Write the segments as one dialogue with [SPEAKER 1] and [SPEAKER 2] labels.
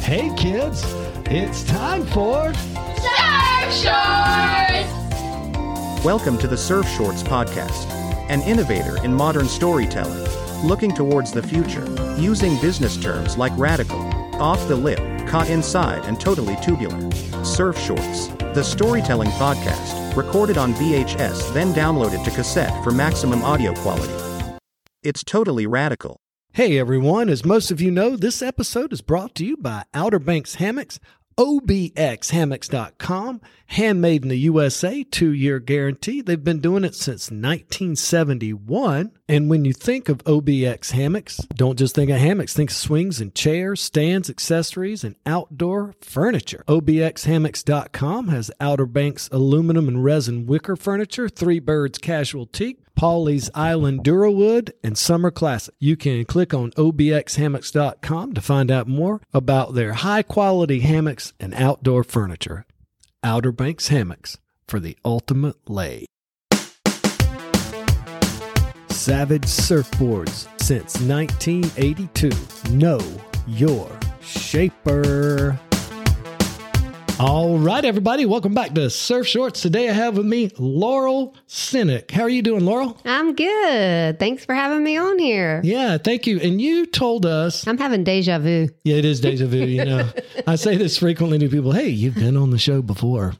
[SPEAKER 1] Hey kids, it's time for
[SPEAKER 2] Surf Shorts!
[SPEAKER 3] Welcome to the Surf Shorts Podcast, an innovator in modern storytelling, looking towards the future, using business terms like radical, off the lip, caught inside, and totally tubular. Surf Shorts, the storytelling podcast, recorded on VHS, then downloaded to cassette for maximum audio quality. It's totally radical.
[SPEAKER 1] Hey everyone, as most of you know, this episode is brought to you by Outer Banks Hammocks, obxhammocks.com, handmade in the USA, 2-year guarantee. They've been doing it since 1971. And when you think of OBX hammocks, don't just think of hammocks, think swings and chairs, stands, accessories, and outdoor furniture. obxhammocks.com has Outer Banks aluminum and resin wicker furniture, Three Birds Casual Teak, Paulie's Island Durawood, and Summer Classic. You can click on obxhammocks.com to find out more about their high quality hammocks and outdoor furniture. Outer Banks Hammocks for the ultimate lay. Savage Surfboards since 1982. Know your shaper. All right, everybody, welcome back to Surf Shorts. Today I have with me Laurel Sinek. How are you doing, Laurel?
[SPEAKER 4] I'm good. Thanks for having me on here.
[SPEAKER 1] Yeah, thank you. And you told us,
[SPEAKER 4] I'm having deja vu.
[SPEAKER 1] yeah, it is deja vu. You know, I say this frequently to people hey, you've been on the show before.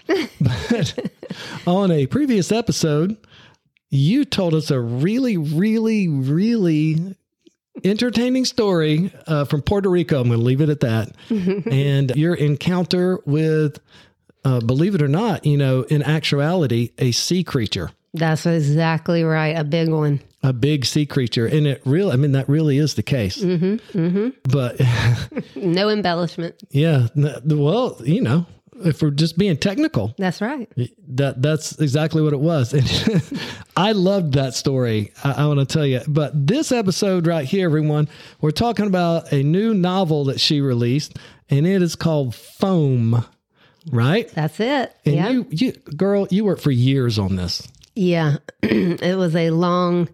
[SPEAKER 1] But on a previous episode, you told us a really, really, really entertaining story uh, from Puerto Rico. I'm going to leave it at that. and your encounter with, uh, believe it or not, you know, in actuality, a sea creature.
[SPEAKER 4] That's exactly right. A big one.
[SPEAKER 1] a big sea creature and it real i mean that really is the case mm-hmm, mm-hmm. but
[SPEAKER 4] No embellishment.
[SPEAKER 1] yeah n- well you know if we're just being technical
[SPEAKER 4] That's right.
[SPEAKER 1] that that's exactly what it was and i loved that story i, I want to tell you but this episode right here everyone we're talking about a new novel that she released and it is called foam right
[SPEAKER 4] That's it.
[SPEAKER 1] and
[SPEAKER 4] yeah.
[SPEAKER 1] you you girl you worked for years on this
[SPEAKER 4] yeah. it was a long,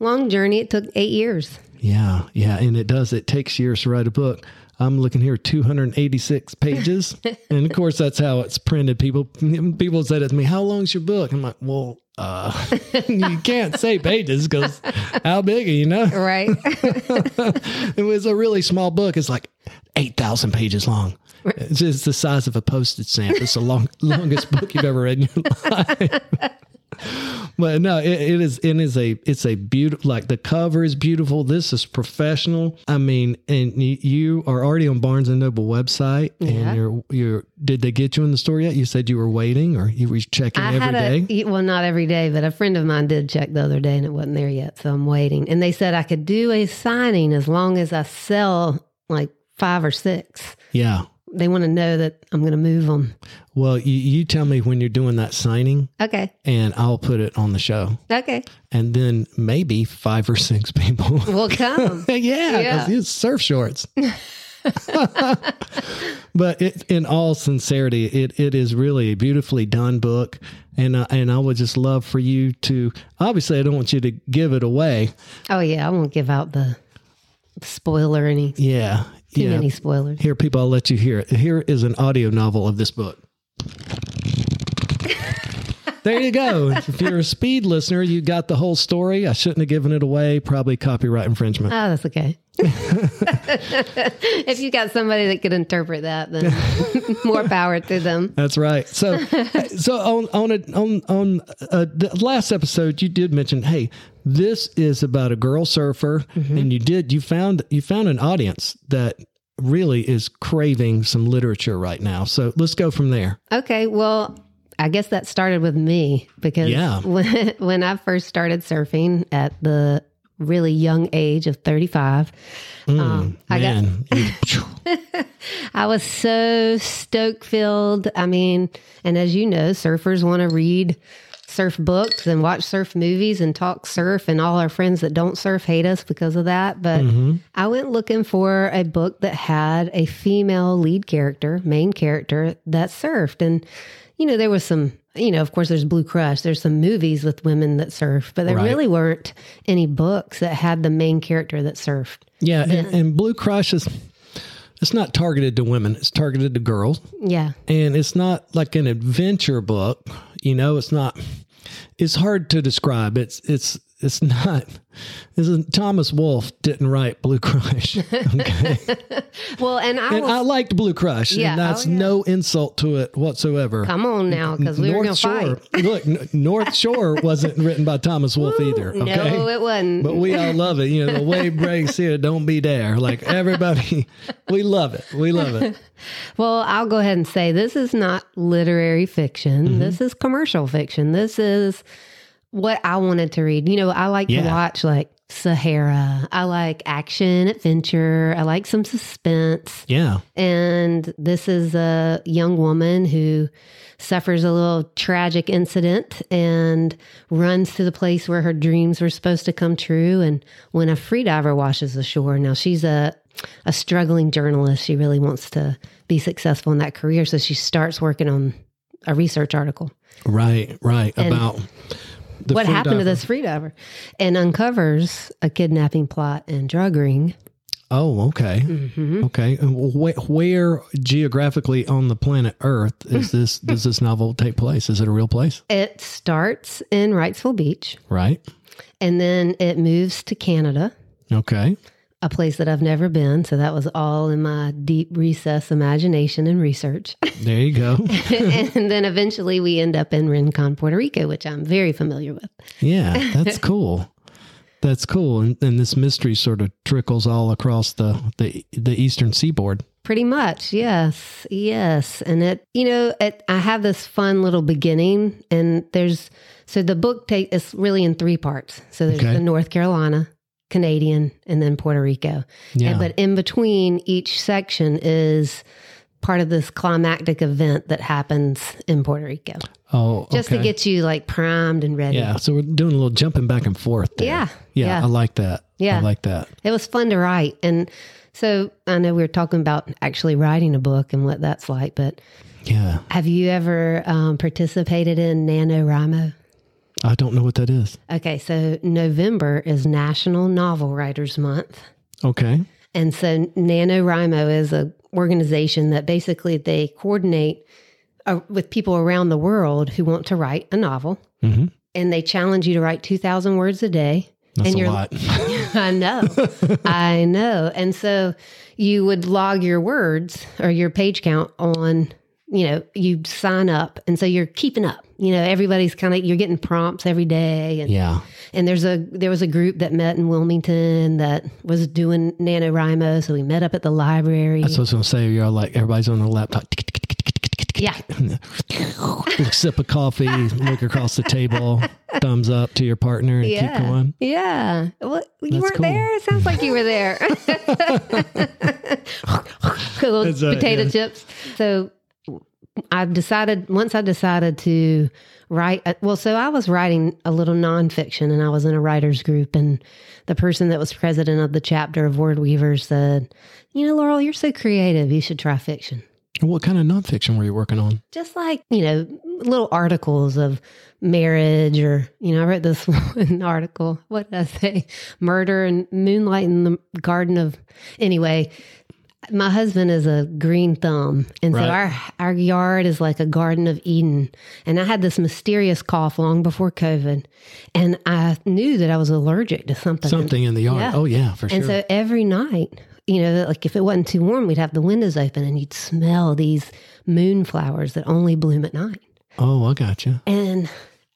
[SPEAKER 4] long journey. It took eight years.
[SPEAKER 1] Yeah, yeah, and it does. It takes years to write a book. I'm looking here, 286 pages, and of course that's how it's printed. People, people said it to me, "How long's your book?" I'm like, "Well, uh, you can't say pages because how big, are you know?"
[SPEAKER 4] Right.
[SPEAKER 1] it was a really small book. It's like 8,000 pages long. It's, it's the size of a postage stamp. It's the long, longest book you've ever read in your life. but no, it, it is, it is a, it's a beautiful, like the cover is beautiful. This is professional. I mean, and you, you are already on Barnes and Noble website
[SPEAKER 4] Yeah.
[SPEAKER 1] and you're, you're, did they get you in the store yet? You said you were waiting or you were checking
[SPEAKER 4] I
[SPEAKER 1] every day.
[SPEAKER 4] had a well, not every day, but a friend of mine did check the other day, and it wasn't there yet. So I'm waiting. And they said I could do a signing as long as I sell like five or six.
[SPEAKER 1] yeah.
[SPEAKER 4] They want to know that I'm going to move them.
[SPEAKER 1] Well, you, you tell me when you're doing that signing
[SPEAKER 4] Okay.
[SPEAKER 1] and I'll put it on the show.
[SPEAKER 4] Okay.
[SPEAKER 1] and then maybe five or six people.
[SPEAKER 4] We'll come.
[SPEAKER 1] yeah,
[SPEAKER 4] Yeah.
[SPEAKER 1] because it's surf shorts. but it, in all sincerity, it, it is really a beautifully done book, and I, and I would just love for you to. Obviously, I don't want you to give it away.
[SPEAKER 4] Oh yeah, I won't give out the spoiler any too
[SPEAKER 1] Yeah, yeah.
[SPEAKER 4] many spoilers.
[SPEAKER 1] Here, people, I'll let you hear it. Here is an audio novel of this book. there you go. If you're a speed listener, you got the whole story. I shouldn't have given it away. Probably copyright infringement.
[SPEAKER 4] Oh, that's okay. if you got somebody that could interpret that, then more power to them.
[SPEAKER 1] That's right. So, so on on a, on on uh, the last episode, you did mention, hey, this is about a girl surfer,
[SPEAKER 4] Mm-hmm.
[SPEAKER 1] and you did you found you found an audience that really is craving some literature right now. So let's go from there.
[SPEAKER 4] Okay, well, I guess that started with me because
[SPEAKER 1] Yeah.
[SPEAKER 4] when, when I first started surfing at the really young age of 35, um, I got
[SPEAKER 1] Man, you-
[SPEAKER 4] I was so stoked filled. I mean, and as you know, surfers want to read surf books and watch surf movies and talk surf, and all our friends that don't surf hate us because of that. But
[SPEAKER 1] Mm-hmm.
[SPEAKER 4] I went looking for a book that had a female lead character, main character that surfed. And, you know, there was some. You know, of course, there's Blue Crush. There's some movies with women that surf, but there
[SPEAKER 1] Right.
[SPEAKER 4] really weren't any books that had the main character that surfed.
[SPEAKER 1] yeah, and, and Blue Crush is It's not targeted to women, it's targeted to girls.
[SPEAKER 4] Yeah.
[SPEAKER 1] And it's not like an adventure book, you know, it's not it's hard to describe. It's it's it's not this is Thomas Wolfe didn't write Blue Crush.
[SPEAKER 4] Well, and I
[SPEAKER 1] And
[SPEAKER 4] will
[SPEAKER 1] I liked Blue Crush,
[SPEAKER 4] Yeah,
[SPEAKER 1] and that's
[SPEAKER 4] oh, yeah.
[SPEAKER 1] no insult to it whatsoever.
[SPEAKER 4] come on now because we were going to
[SPEAKER 1] Shore,
[SPEAKER 4] fight.
[SPEAKER 1] look, N- North Shore wasn't written by Thomas Wolfe either. Okay?
[SPEAKER 4] No, it wasn't.
[SPEAKER 1] But we all love it. You know, the wave breaks here, don't be there. Like everybody, we love it. We love it.
[SPEAKER 4] Well, I'll go ahead and say this is not literary fiction.
[SPEAKER 1] Mm-hmm.
[SPEAKER 4] This is commercial fiction. This is what I wanted to read. You know, I like to
[SPEAKER 1] Yeah.
[SPEAKER 4] watch like Sahara. I like action adventure. I like some suspense.
[SPEAKER 1] Yeah.
[SPEAKER 4] And this is a young woman who suffers a little tragic incident and runs to the place where her dreams were supposed to come true. And when a free diver washes ashore, now she's a a struggling journalist. She really wants to be successful in that career, so she starts working on a research article
[SPEAKER 1] Right, right.
[SPEAKER 4] And
[SPEAKER 1] about the
[SPEAKER 4] what
[SPEAKER 1] free
[SPEAKER 4] happened to
[SPEAKER 1] diver.
[SPEAKER 4] this free diver and uncovers a kidnapping plot and drug ring.
[SPEAKER 1] Oh, okay.
[SPEAKER 4] Mm-hmm.
[SPEAKER 1] Okay. And wh- where geographically on the planet Earth is this does this novel take place? Is it a real place?
[SPEAKER 4] It starts in Wrightsville Beach.
[SPEAKER 1] Right.
[SPEAKER 4] And then it moves to Canada,
[SPEAKER 1] Okay.
[SPEAKER 4] a place that I've never been. So that was all in my deep recess imagination and research.
[SPEAKER 1] There you go.
[SPEAKER 4] and then eventually we end up in Rincon, Puerto Rico, which I'm very familiar with.
[SPEAKER 1] Yeah, that's cool. That's cool. And, and this mystery sort of trickles all across the the, the eastern seaboard.
[SPEAKER 4] Pretty much, yes, yes. And it, you know, it, I have this fun little beginning, and there's so the book take it's really in three parts. So there's
[SPEAKER 1] Okay.
[SPEAKER 4] the North Carolina, Canadian, and then Puerto Rico.
[SPEAKER 1] Yeah.
[SPEAKER 4] And, but in between each section is part of this climactic event that happens in Puerto Rico,
[SPEAKER 1] oh,
[SPEAKER 4] just to
[SPEAKER 1] okay.
[SPEAKER 4] get you like primed and ready.
[SPEAKER 1] Yeah, so we're doing a little jumping back and forth. there.
[SPEAKER 4] Yeah,
[SPEAKER 1] yeah,
[SPEAKER 4] yeah.
[SPEAKER 1] I like that.
[SPEAKER 4] Yeah.
[SPEAKER 1] I like that.
[SPEAKER 4] It was fun to write. And so I know we were talking about actually writing a book and what that's like, but
[SPEAKER 1] Yeah,
[SPEAKER 4] Have you ever um, participated in NaNoWriMo?
[SPEAKER 1] I don't know what that is.
[SPEAKER 4] Okay, so November is National Novel Writers Month.
[SPEAKER 1] Okay,
[SPEAKER 4] And so NaNoWriMo is a organization that basically they coordinate uh, with people around the world who want to write a novel.
[SPEAKER 1] Mhm.
[SPEAKER 4] And they challenge you to write 2,000 words a day.
[SPEAKER 1] that's
[SPEAKER 4] and
[SPEAKER 1] a
[SPEAKER 4] you're-
[SPEAKER 1] lot.
[SPEAKER 4] I know. I know. And so you would log your words or your page count on, you know, you sign up. And so you're keeping up. You know, everybody's kind of you're getting prompts every day and
[SPEAKER 1] yeah,
[SPEAKER 4] and there's a there was a group that met in Wilmington that was doing NaNoWriMo. So we met up at the library.
[SPEAKER 1] that's what I was gonna say. You're like everybody's on their laptop.
[SPEAKER 4] yeah.
[SPEAKER 1] Sip a coffee, look across the table, thumbs up to your partner, and
[SPEAKER 4] Yeah.
[SPEAKER 1] keep going.
[SPEAKER 4] Yeah. Well, you
[SPEAKER 1] That's
[SPEAKER 4] weren't
[SPEAKER 1] cool.
[SPEAKER 4] there? It sounds like you were there. Little
[SPEAKER 1] That's right,
[SPEAKER 4] potato
[SPEAKER 1] yeah.
[SPEAKER 4] chips. So I've decided, once I decided to write, uh, well, so I was writing a little nonfiction and I was in a writer's group. And the person that was president of the chapter of Word Weavers said, You know, Laurel, you're so creative. You should try fiction
[SPEAKER 1] And what kind of nonfiction were you working on?
[SPEAKER 4] just like you know little articles of marriage or you know i read this one article what did i say murder and moonlight in the garden of anyway my husband is a green thumb and
[SPEAKER 1] Right.
[SPEAKER 4] so our our yard is like a garden of eden and i had this mysterious cough long before covid and i knew that i was allergic to something
[SPEAKER 1] Something in the yard.
[SPEAKER 4] Yeah.
[SPEAKER 1] Oh yeah, for sure.
[SPEAKER 4] and so every night, you know, like if it wasn't too warm, we'd have the windows open and you'd smell these moonflowers that only bloom at night.
[SPEAKER 1] oh, I got you.
[SPEAKER 4] And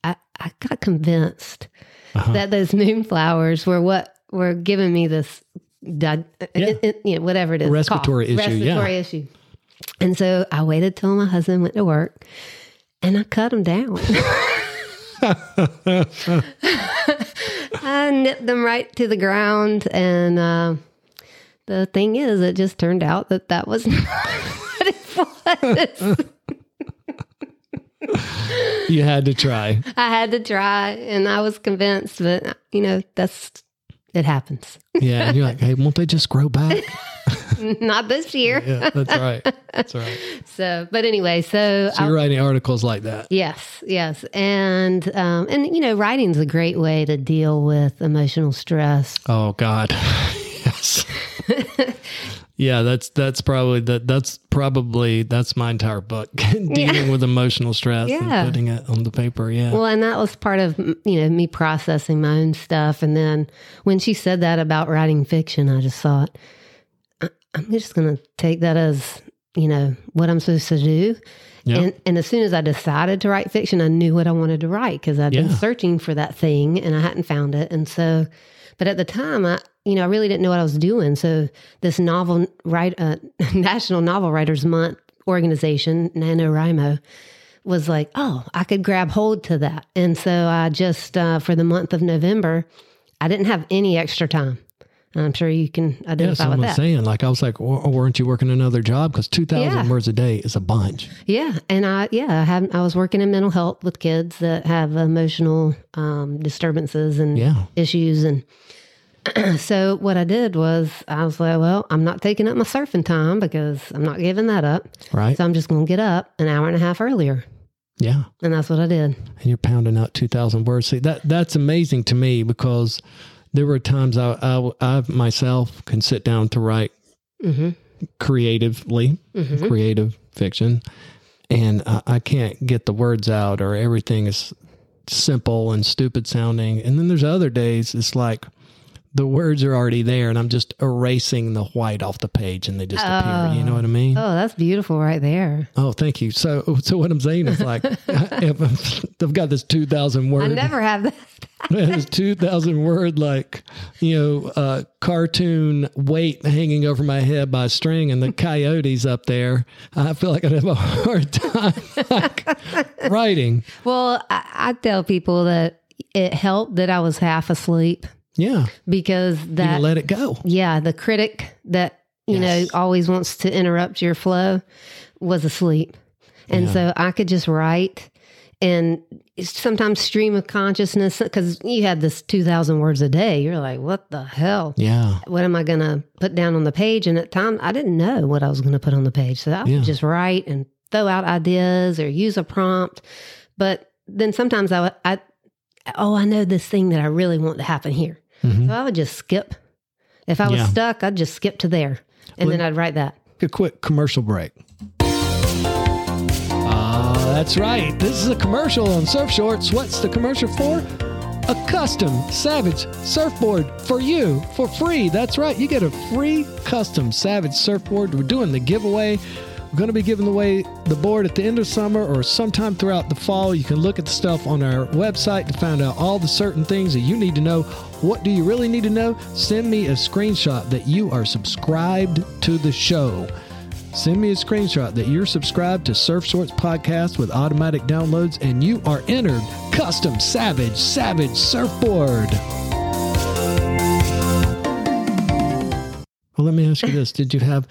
[SPEAKER 4] I, I got convinced
[SPEAKER 1] Uh-huh.
[SPEAKER 4] that those moonflowers were what were giving me this, di- it- it- you know, whatever it is,
[SPEAKER 1] Respiratory
[SPEAKER 4] cough,
[SPEAKER 1] issue, yeah.
[SPEAKER 4] Respiratory issue. And so I waited till my husband went to work and I cut them down. I nipped them right to the ground. And uh, the thing is, it just turned out that that was not what it was.
[SPEAKER 1] You had to try.
[SPEAKER 4] I had to try and I was convinced, but you know, that's it happens.
[SPEAKER 1] Yeah, and you're like, hey, won't they just grow back?
[SPEAKER 4] Not this year.
[SPEAKER 1] Yeah, that's right. That's right.
[SPEAKER 4] So, but anyway, so,
[SPEAKER 1] So
[SPEAKER 4] I-
[SPEAKER 1] you're writing articles like that.
[SPEAKER 4] yes, yes. And, um, and you know, writing's a great way to deal with emotional stress.
[SPEAKER 1] Oh God. yes. Yeah, that's that's probably that that's probably that's my entire book dealing with emotional stress
[SPEAKER 4] Yeah.
[SPEAKER 1] and putting it on the paper. Yeah.
[SPEAKER 4] Well, and that was part of m- you know me processing my own stuff, and then when she said that about writing fiction, I just thought "I- I'm just going to take that as you know what I'm supposed to do.
[SPEAKER 1] Yeah.
[SPEAKER 4] And and as soon as I decided to write fiction, I knew what I wanted to write because I'd been
[SPEAKER 1] Yeah.
[SPEAKER 4] searching for that thing and I hadn't found it, and so. But at the time, I you know I really didn't know what I was doing. So this novel right uh, National Novel Writers Month organization, NaNoWriMo, was like, oh, I could grab hold to that. And so I just, uh, for the month of November, I didn't have any extra time. And I'm sure you can
[SPEAKER 1] yeah,
[SPEAKER 4] identify
[SPEAKER 1] someone
[SPEAKER 4] with that.
[SPEAKER 1] was saying like I was like, "Wa- weren't you working another job? Because two thousand
[SPEAKER 4] Yeah.
[SPEAKER 1] words a day is a bunch.
[SPEAKER 4] Yeah, and I yeah I have I was working in mental health with kids that have emotional um, disturbances and
[SPEAKER 1] Yeah.
[SPEAKER 4] issues, and so what I did was I was like, well, I'm not taking up my surfing time because I'm not giving that up,
[SPEAKER 1] Right.
[SPEAKER 4] so I'm just going to get up an hour and a half earlier,
[SPEAKER 1] yeah.
[SPEAKER 4] and that's what I did.
[SPEAKER 1] and you're pounding out 2000 words see that that's amazing to me because there were times i i, I myself can sit down to write
[SPEAKER 4] hmm
[SPEAKER 1] creatively
[SPEAKER 4] Mhm.
[SPEAKER 1] creative fiction and I, I can't get the words out or everything is simple and stupid sounding and then there's other days it's like the words are already there and i'm just erasing the white off the page and they just appear you know what i mean
[SPEAKER 4] Oh, that's beautiful right there.
[SPEAKER 1] oh thank you so so what i'm saying is like if i've got this 2000 word
[SPEAKER 4] I never have that.
[SPEAKER 1] this 2000 word like you know uh cartoon weight hanging over my head by a string and the coyotes up there i feel like i'd have a hard time like, writing
[SPEAKER 4] Well, I, I tell people that it helped that I was half asleep
[SPEAKER 1] yeah
[SPEAKER 4] because
[SPEAKER 1] you
[SPEAKER 4] that
[SPEAKER 1] let it go
[SPEAKER 4] Yeah, the critic that you
[SPEAKER 1] Yes.
[SPEAKER 4] know always wants to interrupt your flow was asleep, and
[SPEAKER 1] Yeah.
[SPEAKER 4] so I could just write and it's sometimes stream of consciousness because you had this two thousand words a day. You're like, what the hell?
[SPEAKER 1] yeah
[SPEAKER 4] What am I gonna put down on the page? And at time, I didn't know what I was gonna put on the page, so I would
[SPEAKER 1] Yeah.
[SPEAKER 4] just write and throw out ideas or use a prompt. But then sometimes I, would- I, oh, I know this thing that I really want to happen here.
[SPEAKER 1] Mhm.
[SPEAKER 4] So I would just skip. If I was
[SPEAKER 1] Yeah.
[SPEAKER 4] stuck, I'd just skip to there and then I'd write that.
[SPEAKER 1] a quick commercial break Ah, that's right. This is a commercial on Surf Shorts. What's the commercial for? A custom Savage surfboard for you for free. That's right. You get a free custom Savage surfboard. We're doing the giveaway. We're going to be giving away the board at the end of summer or sometime throughout the fall. You can look at the stuff on our website to find out all the certain things that you need to know. What do you really need to know? Send me a screenshot that you are subscribed to the show. Send me a screenshot that you're subscribed to Surf Shorts Podcast with automatic downloads and you are entered custom Savage Savage Surfboard. Well, let me ask you this. Did you have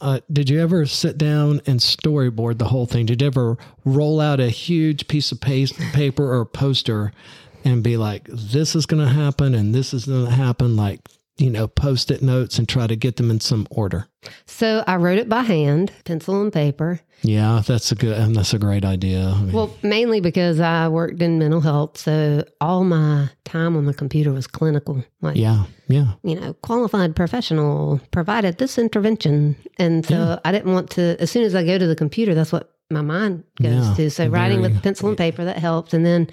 [SPEAKER 1] uh, did you ever sit down and storyboard the whole thing? Did you ever roll out a huge piece of paste, paper or poster and be like, this is going to happen and this is going to happen? Like, you know, post it notes and try to get them in some order.
[SPEAKER 4] So I wrote it by hand, pencil and paper.
[SPEAKER 1] Yeah, that's a good and that's a great idea. I mean,
[SPEAKER 4] Well, mainly because I worked in mental health. So all my time on the computer was clinical, like,
[SPEAKER 1] yeah, yeah,
[SPEAKER 4] you know, qualified professional provided this intervention. And so I didn't want to, as soon as I go to the computer, that's what my mind goes
[SPEAKER 1] Yeah,
[SPEAKER 4] to. So writing
[SPEAKER 1] very-
[SPEAKER 4] with pencil and paper, that helped. And then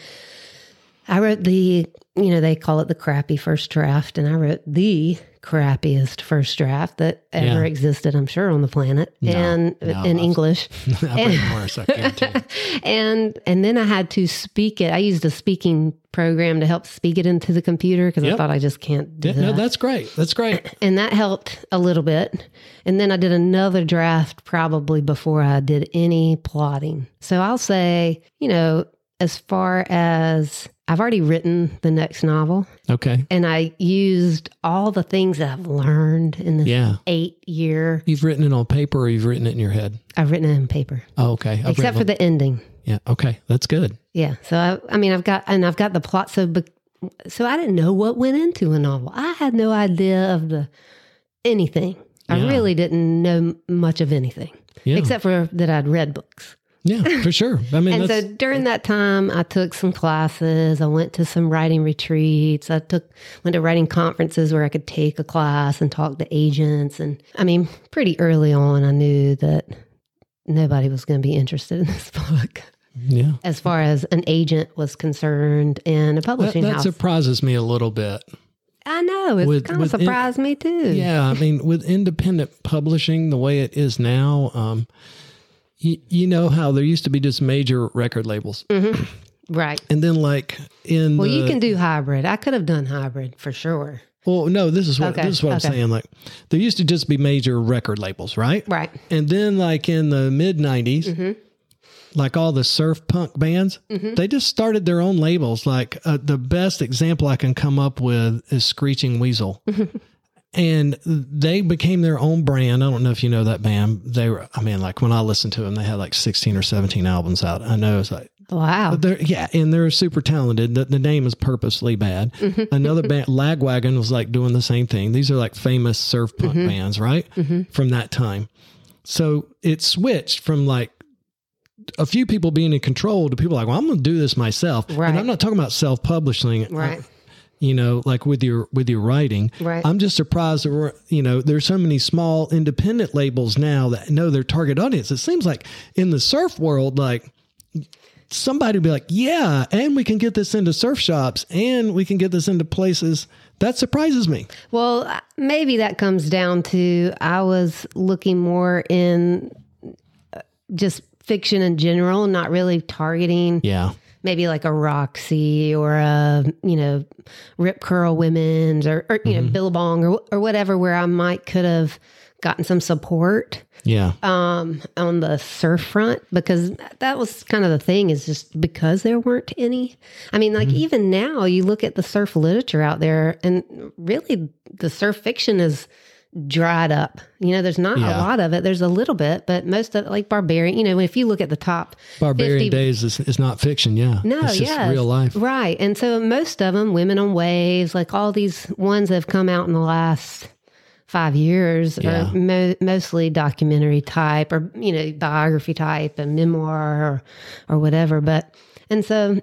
[SPEAKER 4] I wrote the, you know, they call it the crappy first draft, and I wrote the crappiest first draft that
[SPEAKER 1] Yeah.
[SPEAKER 4] ever existed, I'm sure, on the planet, and
[SPEAKER 1] no,
[SPEAKER 4] in
[SPEAKER 1] I've-
[SPEAKER 4] English.
[SPEAKER 1] I've been worse. I can't. do.
[SPEAKER 4] and and then I had to speak it. I used a speaking program to help speak it into the computer because I
[SPEAKER 1] Yep.
[SPEAKER 4] thought I just can't do
[SPEAKER 1] Yeah,
[SPEAKER 4] that.
[SPEAKER 1] No, that's great. That's great.
[SPEAKER 4] and that helped a little bit. And then I did another draft probably before I did any plotting. So I'll say, you know, as far as I've already written the next novel
[SPEAKER 1] Okay.
[SPEAKER 4] and I used all the things that I've learned in this
[SPEAKER 1] Yeah.
[SPEAKER 4] eight year,
[SPEAKER 1] You've written it on paper or you've written it in your head.
[SPEAKER 4] I've written it in paper,
[SPEAKER 1] Oh, okay. I've
[SPEAKER 4] except for
[SPEAKER 1] written
[SPEAKER 4] the ending.
[SPEAKER 1] on- Yeah. Okay. That's good.
[SPEAKER 4] Yeah. So I, I mean, I've got and I've got the plot. So, be, so I didn't know what went into a novel. I had no idea of the anything. I
[SPEAKER 1] Yeah.
[SPEAKER 4] really didn't know m- much of anything
[SPEAKER 1] Yeah.
[SPEAKER 4] except for that I'd read books.
[SPEAKER 1] Yeah, for sure. I mean,
[SPEAKER 4] and so
[SPEAKER 1] that's,
[SPEAKER 4] during that time, I took some classes. I went to some writing retreats. I took went to writing conferences where I could take a class and talk to agents. And I mean, pretty early on, I knew that nobody was going to be interested in this book
[SPEAKER 1] yeah.
[SPEAKER 4] as far as an agent was concerned in a
[SPEAKER 1] That,
[SPEAKER 4] publishing
[SPEAKER 1] that
[SPEAKER 4] house.
[SPEAKER 1] surprises me a little bit.
[SPEAKER 4] I know
[SPEAKER 1] with-
[SPEAKER 4] it kind
[SPEAKER 1] with
[SPEAKER 4] of
[SPEAKER 1] in-
[SPEAKER 4] surprised me too.
[SPEAKER 1] Yeah, I mean, with independent publishing the way it is now, um, you, you know how there used to be just major record labels,
[SPEAKER 4] right.
[SPEAKER 1] and then like in
[SPEAKER 4] Mm. Well, you
[SPEAKER 1] the-
[SPEAKER 4] can do hybrid. I could have done hybrid for sure.
[SPEAKER 1] well, no, this is what
[SPEAKER 4] Okay,
[SPEAKER 1] this is what I'm
[SPEAKER 4] okay.
[SPEAKER 1] saying. Like, there used to just be major record labels, right?
[SPEAKER 4] Right.
[SPEAKER 1] And then like in the mid '90s.
[SPEAKER 4] Mm-hmm.
[SPEAKER 1] Like all the surf punk bands, they just started their own labels. Like uh, the best example I can come up with is Screeching Weasel. and they became their own brand. I don't know if you know that band. They were, I mean, like when I listened to them, they had like 16 or 17 albums out. I know it's like,
[SPEAKER 4] Wow.
[SPEAKER 1] they're, yeah, and they're super talented. The, the name is purposely bad.
[SPEAKER 4] Mm-hmm.
[SPEAKER 1] Another band, Lagwagon, was like doing the same thing. These are like famous surf punk
[SPEAKER 4] Mm-hmm.
[SPEAKER 1] bands, right? From that time. So it switched from like a few people being in control to people like, well, I'm going to do this myself.
[SPEAKER 4] Right.
[SPEAKER 1] And I'm not talking about self publishing
[SPEAKER 4] Right.
[SPEAKER 1] you know, like with your with your writing.
[SPEAKER 4] Right.
[SPEAKER 1] I'm just surprised there were, you know, there's so many small independent labels now that know their target audience. It seems like in the surf world, like somebody would be like, yeah, and we can get this into surf shops and we can get this into places. That surprises me.
[SPEAKER 4] Well, I- maybe that comes down to I was looking more in uh, just fiction in general, not really targeting
[SPEAKER 1] Yeah.
[SPEAKER 4] maybe like a Roxy or a, you know, Rip Curl Women's or, or you know, Billabong or, or whatever, where I might could have gotten some support
[SPEAKER 1] Yeah.
[SPEAKER 4] um, on the surf front because that was kind of the thing is just because there weren't any. I mean,
[SPEAKER 1] Mm-hmm.
[SPEAKER 4] like even now you look at the surf literature out there and really the surf fiction is dried up. You know, there's not
[SPEAKER 1] Yeah.
[SPEAKER 4] a lot of it. There's a little bit, but most of like barbarian, you know, if you look at the top
[SPEAKER 1] Barbarian
[SPEAKER 4] 50
[SPEAKER 1] Days is, is not fiction. Yeah.
[SPEAKER 4] no,
[SPEAKER 1] It's just
[SPEAKER 4] yes.
[SPEAKER 1] real life.
[SPEAKER 4] Right. And so most of them, Women on Waves, like all these ones that have come out in the last five years
[SPEAKER 1] Yeah.
[SPEAKER 4] are mo- mostly documentary type or, you know, biography type and memoir or, or whatever. But, and so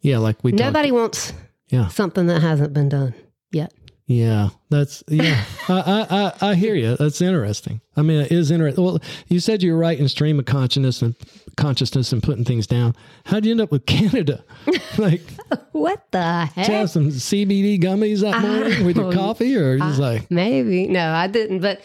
[SPEAKER 1] Yeah. Like we talked-
[SPEAKER 4] nobody wants
[SPEAKER 1] Yeah.
[SPEAKER 4] something that hasn't been done yet.
[SPEAKER 1] Yeah, that's yeah. I, I I I hear you. That's interesting. I mean, it is interesting. Well, you said you were writing stream of consciousness and consciousness and putting things down. How'd you end up with Canada? Like,
[SPEAKER 4] What the heck?
[SPEAKER 1] did you have some CBD gummies that morning with your
[SPEAKER 4] Oh,
[SPEAKER 1] coffee, or just like,
[SPEAKER 4] Maybe. No, I didn't. But,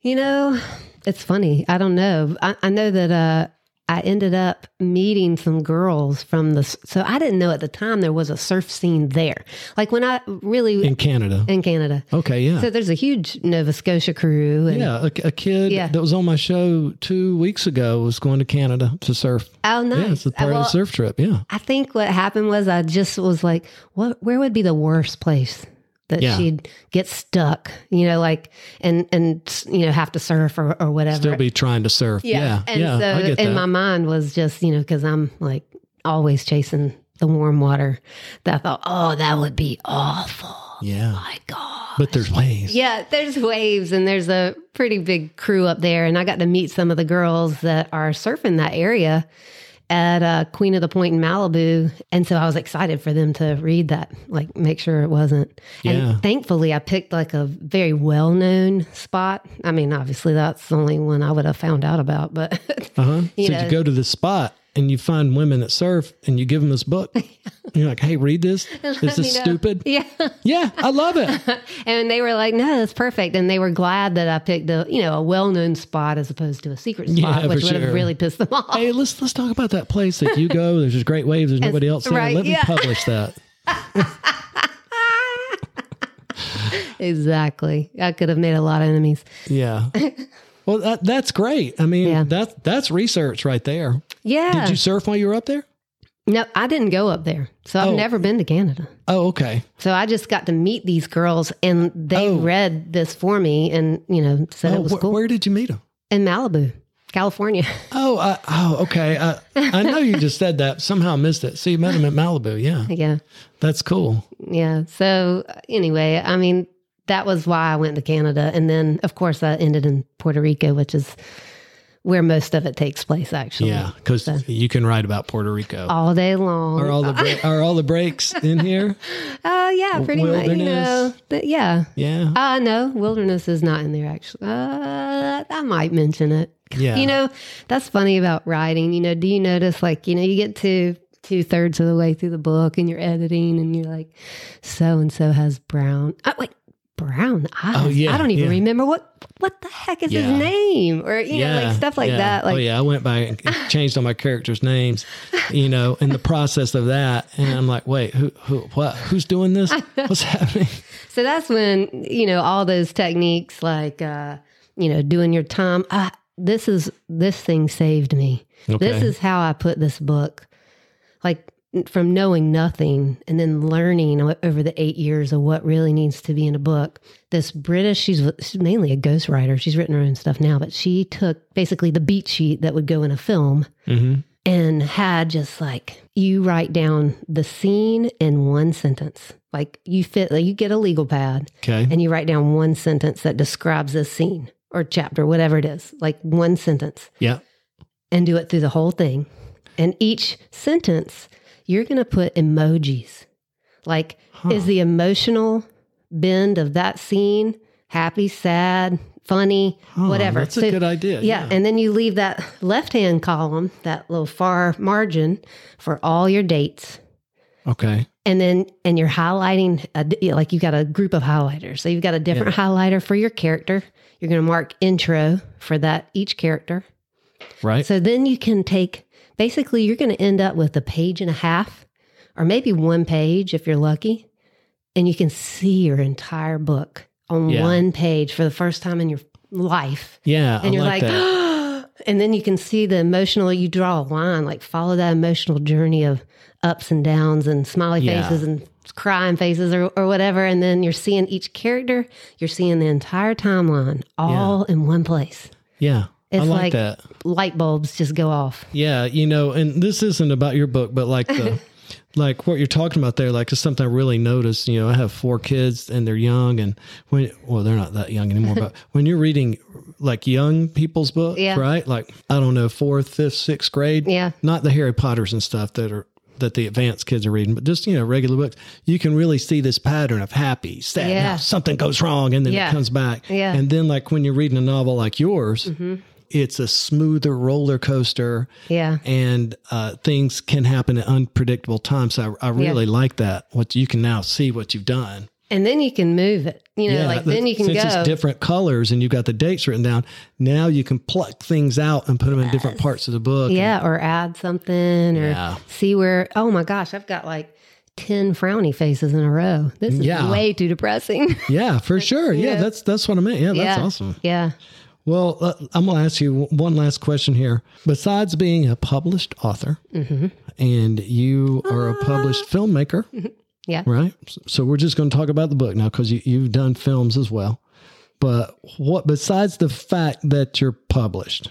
[SPEAKER 4] you know, it's funny. I don't know. I, I know that uh, I ended up meeting some girls from the. s- So I didn't know at the time there was a surf scene there. Like when I really.
[SPEAKER 1] in
[SPEAKER 4] In,
[SPEAKER 1] Canada?
[SPEAKER 4] Canada.
[SPEAKER 1] Okay, yeah,
[SPEAKER 4] So there's a huge Nova Scotia crew. And,
[SPEAKER 1] yeah. A, a kid
[SPEAKER 4] Yeah.
[SPEAKER 1] that was on my show two weeks ago was going to Canada to surf.
[SPEAKER 4] Oh, nice.
[SPEAKER 1] Yeah, it's a part of
[SPEAKER 4] Well,
[SPEAKER 1] the surf trip. Yeah,
[SPEAKER 4] I think what happened was I just was like, what? Where would be the worst place that
[SPEAKER 1] Yeah.
[SPEAKER 4] she'd get stuck? You know, like and and you know have to surf or, or whatever.
[SPEAKER 1] still be trying to surf. Yeah, yeah.
[SPEAKER 4] And so
[SPEAKER 1] I get
[SPEAKER 4] in
[SPEAKER 1] that.
[SPEAKER 4] my mind was just, you know, because I'm like always chasing the warm water that I thought, oh, that would be awful. Oh
[SPEAKER 1] yeah,
[SPEAKER 4] My God.
[SPEAKER 1] but there's ways.
[SPEAKER 4] Yeah, there's waves and there's a pretty big crew up there. And I got to meet some of the girls that are surfing that area at uh, Queen of the Point in Malibu. And so I was excited for them to read that, like make sure it wasn't.
[SPEAKER 1] Yeah.
[SPEAKER 4] And thankfully, I picked like a very well known spot. I mean, obviously, that's the only one I would have found out about, but
[SPEAKER 1] Uh huh. So
[SPEAKER 4] You
[SPEAKER 1] you
[SPEAKER 4] know.
[SPEAKER 1] go to this spot and you find women that surf and you give them this book. and you're like, hey, read this. This is
[SPEAKER 4] me know.
[SPEAKER 1] stupid.
[SPEAKER 4] yeah.
[SPEAKER 1] Yeah, I love it.
[SPEAKER 4] And they were like, no, that's perfect. And they were glad that I picked a, you know, a well-known spot as opposed to a secret spot,
[SPEAKER 1] Yeah,
[SPEAKER 4] which
[SPEAKER 1] for
[SPEAKER 4] would
[SPEAKER 1] sure.
[SPEAKER 4] have really pissed them off.
[SPEAKER 1] hey, let's let's talk about that place that you go. There's just great waves. There's nobody else there.
[SPEAKER 4] right,
[SPEAKER 1] Let me
[SPEAKER 4] yeah.
[SPEAKER 1] publish that.
[SPEAKER 4] exactly. I could have made a lot of enemies.
[SPEAKER 1] Yeah. Well, that, that's great. I mean,
[SPEAKER 4] Yeah.
[SPEAKER 1] that that's research right there.
[SPEAKER 4] Yeah.
[SPEAKER 1] Did you surf while you were up there?
[SPEAKER 4] no, I didn't go up there. So I've
[SPEAKER 1] Oh.
[SPEAKER 4] never been to Canada.
[SPEAKER 1] Oh, okay.
[SPEAKER 4] So I just got to meet these girls and they
[SPEAKER 1] Oh.
[SPEAKER 4] read this for me and, you know, said
[SPEAKER 1] Oh,
[SPEAKER 4] it was
[SPEAKER 1] wh-
[SPEAKER 4] cool.
[SPEAKER 1] Where did you meet him?
[SPEAKER 4] In Malibu, California.
[SPEAKER 1] Oh, I, oh, okay. I, I know you just said that. Somehow missed it. So you met him at Malibu. Yeah,
[SPEAKER 4] yeah.
[SPEAKER 1] that's cool.
[SPEAKER 4] Yeah. So uh, anyway, I mean, that was why I went to Canada. And then, of course, I ended in Puerto Rico, which is where most of it takes place, actually.
[SPEAKER 1] Yeah, because
[SPEAKER 4] So,
[SPEAKER 1] you can write about Puerto Rico.
[SPEAKER 4] all day long.
[SPEAKER 1] are all the
[SPEAKER 4] uh,
[SPEAKER 1] bra- are all the breaks in here?
[SPEAKER 4] yeah, pretty much. You
[SPEAKER 1] wilderness?
[SPEAKER 4] know, but yeah.
[SPEAKER 1] Yeah,
[SPEAKER 4] Uh, no, wilderness is not in there actually. Uh, I might mention it.
[SPEAKER 1] yeah.
[SPEAKER 4] You know, that's funny about writing. You know, do you notice like, you know, you get to two thirds of the way through the book and you're editing and you're like, so and so has brown. Oh, wait, brown eyes.
[SPEAKER 1] Oh, yeah,
[SPEAKER 4] I don't even
[SPEAKER 1] yeah.
[SPEAKER 4] remember what what the heck is
[SPEAKER 1] Yeah.
[SPEAKER 4] his name or you know, like stuff like
[SPEAKER 1] yeah.
[SPEAKER 4] that. Like,
[SPEAKER 1] oh yeah, I went by and changed all my characters' names, you know, in the process of that, and I'm like, wait, who, who, what, who's doing this? What's happening?
[SPEAKER 4] so that's when you know all those techniques like uh, you know doing your time. Ah, this is this thing saved me. This
[SPEAKER 1] Okay.
[SPEAKER 4] is how I put this book, like from knowing nothing and then learning o- over the eight years of what really needs to be in a book. This British, she's, she's mainly a ghostwriter. She's written her own stuff now, but she took basically the beat sheet that would go in a film
[SPEAKER 1] hmm
[SPEAKER 4] and had just like you write down the scene in one sentence. Like you fit, like you get a legal pad
[SPEAKER 1] Okay.
[SPEAKER 4] and you write down one sentence that describes this scene or chapter, whatever it is, like one sentence
[SPEAKER 1] Yeah.
[SPEAKER 4] and do it through the whole thing. And each sentence, you're going to put emojis. Like,
[SPEAKER 1] Huh.
[SPEAKER 4] is the emotional bend of that scene happy, sad, funny,
[SPEAKER 1] Huh,
[SPEAKER 4] whatever?
[SPEAKER 1] That's a
[SPEAKER 4] So-
[SPEAKER 1] good idea.
[SPEAKER 4] yeah, and then you leave that left hand column, that little far margin for all your dates.
[SPEAKER 1] okay.
[SPEAKER 4] And then, and you're highlighting, a, di- yeah, like you've got a group of highlighters. So you've got a different highlighter for your character. You're going to mark intro for that each character.
[SPEAKER 1] Right.
[SPEAKER 4] So then you can take basically you're going to end up with a page and a half or maybe one page if you're lucky and you can see your entire book on
[SPEAKER 1] Yeah.
[SPEAKER 4] one page for the first time in your life
[SPEAKER 1] yeah.
[SPEAKER 4] and
[SPEAKER 1] I
[SPEAKER 4] you're like,
[SPEAKER 1] like, that.
[SPEAKER 4] and then you can see the emotional you draw a line like follow that emotional journey of ups and downs and smiley
[SPEAKER 1] Yeah.
[SPEAKER 4] faces and crying faces or, or whatever and then you're seeing each character you're seeing the entire timeline all in one place
[SPEAKER 1] yeah. I
[SPEAKER 4] it's
[SPEAKER 1] like,
[SPEAKER 4] like-
[SPEAKER 1] that.
[SPEAKER 4] light bulbs just go off
[SPEAKER 1] Yeah. You know, and this isn't about your book, but like the. Like what you're talking about there, like is something I really noticed. You know, I have four kids and they're young, and when well, they're not that young anymore. But when you're reading like young people's books,
[SPEAKER 4] Yeah.
[SPEAKER 1] right? Like I don't know, fourth, fifth, sixth grade.
[SPEAKER 4] Yeah.
[SPEAKER 1] not the Harry Potters and stuff that are that the advanced kids are reading, but just you know regular books. You can really see this pattern of happy, sad.
[SPEAKER 4] Yeah.
[SPEAKER 1] now something goes wrong, and then
[SPEAKER 4] Yeah.
[SPEAKER 1] it comes back.
[SPEAKER 4] Yeah. Mm-hmm.
[SPEAKER 1] And then like when you're reading a novel like yours, it's a smoother roller coaster,
[SPEAKER 4] yeah
[SPEAKER 1] and uh, things can happen at unpredictable times. So I, I really like that. What you can now see what you've done.
[SPEAKER 4] and then you can move it. You know, like then you can
[SPEAKER 1] since
[SPEAKER 4] go.
[SPEAKER 1] it's different colors and you've got the dates written down, now you can pluck things out and put them in different parts of the book. and-
[SPEAKER 4] yeah, or add something or
[SPEAKER 1] Yeah.
[SPEAKER 4] see where oh my gosh, I've got like 10 frowny faces in a row. This is
[SPEAKER 1] Yeah.
[SPEAKER 4] way too depressing.
[SPEAKER 1] Yeah, for sure. Yeah,
[SPEAKER 4] yeah.
[SPEAKER 1] that's that's what I meant. Yeah, that's
[SPEAKER 4] yeah.
[SPEAKER 1] awesome.
[SPEAKER 4] Yeah.
[SPEAKER 1] Well, uh, I'm going to ask you w- one last question here. Besides being a published author, and you are a published filmmaker,
[SPEAKER 4] Yeah.
[SPEAKER 1] right? S- So we're just going to talk about the book now because you, you've done films as well. But what besides the fact that you're published,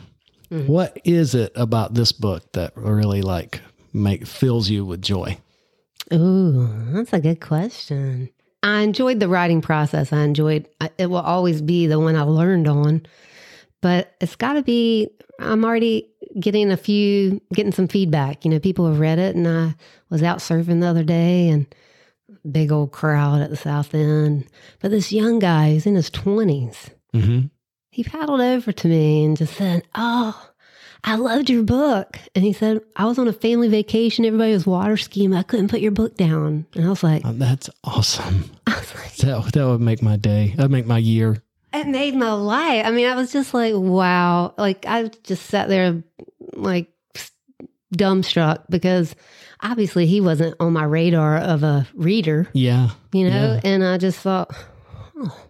[SPEAKER 1] what is it about this book that really like make fills you with joy?
[SPEAKER 4] Ooh, that's a good question. I enjoyed the writing process. I enjoyed I- it will always be the one I learned on. But it's got to be I'm already getting a few getting some feedback. You know, people have read it and I was out surfing the other day and big old crowd at the south end. But this young guy who's in his 20s,
[SPEAKER 1] Mm-hmm.
[SPEAKER 4] he paddled over to me and just said, Oh, I loved your book. And he said, I was on a family vacation. Everybody was water skiing. but I couldn't put your book down. And I was like,
[SPEAKER 1] Uh, that's awesome.
[SPEAKER 4] I was like,
[SPEAKER 1] That that would make my day. That'd make my year.
[SPEAKER 4] it made my life. I mean, I was just like, wow. Like, I just sat there, like, dumbstruck because obviously he wasn't on my radar of a reader.
[SPEAKER 1] Yeah.
[SPEAKER 4] you know
[SPEAKER 1] Yeah.
[SPEAKER 4] and i just thought oh,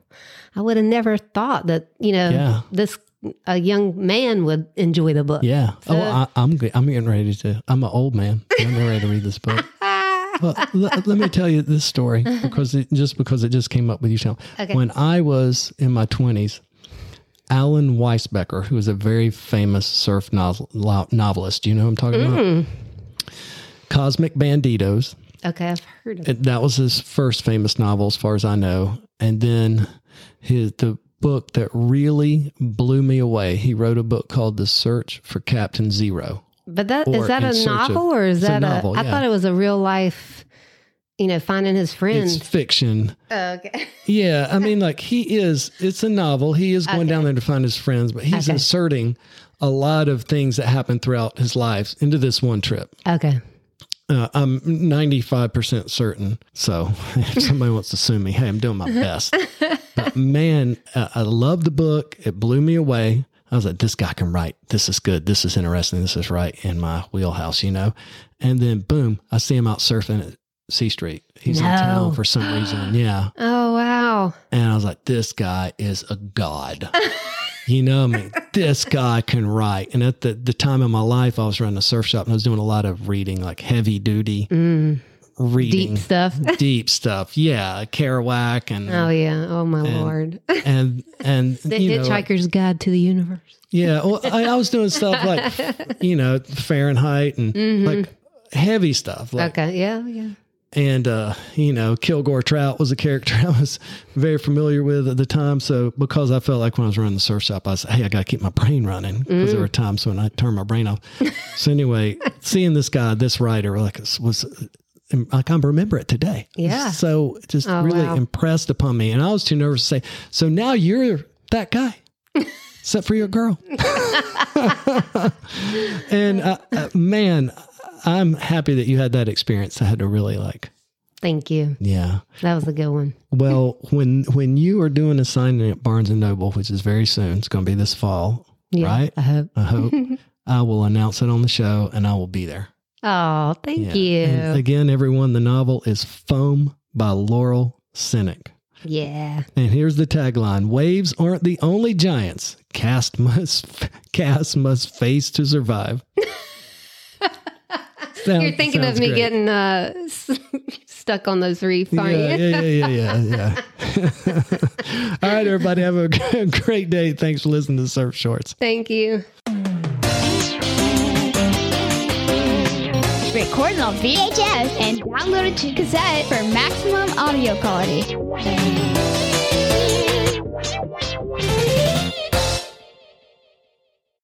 [SPEAKER 4] i would have never thought that you know
[SPEAKER 1] Yeah.
[SPEAKER 4] this a young man would enjoy the book
[SPEAKER 1] Yeah.
[SPEAKER 4] So-
[SPEAKER 1] oh, I, I'm ge- I'm getting ready to. I'm an old man. I'm getting ready to read this book.
[SPEAKER 4] Ah.
[SPEAKER 1] well, l- let me tell you this story because it, just because it just came up with you, Sean.
[SPEAKER 4] Okay.
[SPEAKER 1] When I was in my twenties, Alan Weisbecker, who is a very famous surf novel, lo- novelist, you know who I'm talking about. Cosmic Banditos.
[SPEAKER 4] okay i've heard of it
[SPEAKER 1] It- that was his first famous novel, as far as I know. And then his the book that really blew me away. He wrote a book called The Search for Captain Zero.
[SPEAKER 4] But that
[SPEAKER 1] Or
[SPEAKER 4] is that
[SPEAKER 1] in
[SPEAKER 4] a
[SPEAKER 1] search of-
[SPEAKER 4] novel or is
[SPEAKER 1] it's a
[SPEAKER 4] that a? I
[SPEAKER 1] novel, yeah.
[SPEAKER 4] thought it was a real life. You know, finding his friend.
[SPEAKER 1] It's fiction.
[SPEAKER 4] Oh, okay.
[SPEAKER 1] Yeah, I mean, like he is. It's a novel. He is going down there to find his friends, but he's
[SPEAKER 4] Okay.
[SPEAKER 1] inserting a lot of things that happened throughout his life into this one trip.
[SPEAKER 4] Okay.
[SPEAKER 1] Uh, I'm 95% certain. So if somebody wants to sue me, hey, I'm doing my best. but man, uh, I love the book. It blew me away. I was like, this guy can write. This is good. This is interesting. This is right in my wheelhouse, you know? And then boom, I see him out surfing at C Street. He's in
[SPEAKER 4] No.
[SPEAKER 1] town for some reason. Yeah.
[SPEAKER 4] Oh wow.
[SPEAKER 1] And I was like, this guy is a god. you know, I mean, this guy can write. And at the, the time of my life, I was running a surf shop and I was doing a lot of reading, like heavy duty
[SPEAKER 4] Mm.
[SPEAKER 1] reading.
[SPEAKER 4] Deep stuff.
[SPEAKER 1] Deep stuff, yeah, Kerouac and
[SPEAKER 4] Oh yeah. Oh my
[SPEAKER 1] And-
[SPEAKER 4] lord.
[SPEAKER 1] and and
[SPEAKER 4] The
[SPEAKER 1] you know, like-
[SPEAKER 4] Hitchhiker's Guide to the Universe.
[SPEAKER 1] yeah. Well, I, I was doing stuff like you know Fahrenheit and
[SPEAKER 4] Mm-hmm.
[SPEAKER 1] like heavy stuff, like
[SPEAKER 4] okay. Yeah. Yeah.
[SPEAKER 1] and uh, you know Kilgore Trout was a character I was very familiar with at the time. So because I felt like when I was running the surf shop, I said, "Hey, I got to keep my brain running," because
[SPEAKER 4] Mm.
[SPEAKER 1] there were times when I turned my brain off. so anyway, seeing this guy, this writer, like was um, I can remember it today.
[SPEAKER 4] Yeah.
[SPEAKER 1] so just
[SPEAKER 4] Oh,
[SPEAKER 1] really
[SPEAKER 4] wow.
[SPEAKER 1] impressed upon me, and I was too nervous to say. So now you're that guy. Except for your girl, and uh, uh, man, I'm happy that you had that experience. I had to really like
[SPEAKER 4] Thank you.
[SPEAKER 1] yeah.
[SPEAKER 4] That was a good one.
[SPEAKER 1] Well, when when you are doing a signing at Barnes and Noble, which is very soon, it's going to be this fall,
[SPEAKER 4] Yeah.
[SPEAKER 1] right?
[SPEAKER 4] I hope.
[SPEAKER 1] I hope I will announce it on the show, and I will be there.
[SPEAKER 4] Oh, thank you.
[SPEAKER 1] And again, everyone, the novel is Foam by Laurel Sinek.
[SPEAKER 4] yeah.
[SPEAKER 1] And here's the tagline: Waves aren't the only giants. Cast must cast must face to survive. Sound-
[SPEAKER 4] You're thinking of
[SPEAKER 1] sounds
[SPEAKER 4] me
[SPEAKER 1] great.
[SPEAKER 4] getting uh, stuck on those reefs, aren't
[SPEAKER 1] yeah,
[SPEAKER 4] you?
[SPEAKER 1] yeah, yeah, yeah, yeah, yeah. All right, everybody, have a g- great day. Thanks for listening to Surf Shorts.
[SPEAKER 4] Thank you.
[SPEAKER 2] Recorded on VHS and downloaded to cassette for maximum audio quality.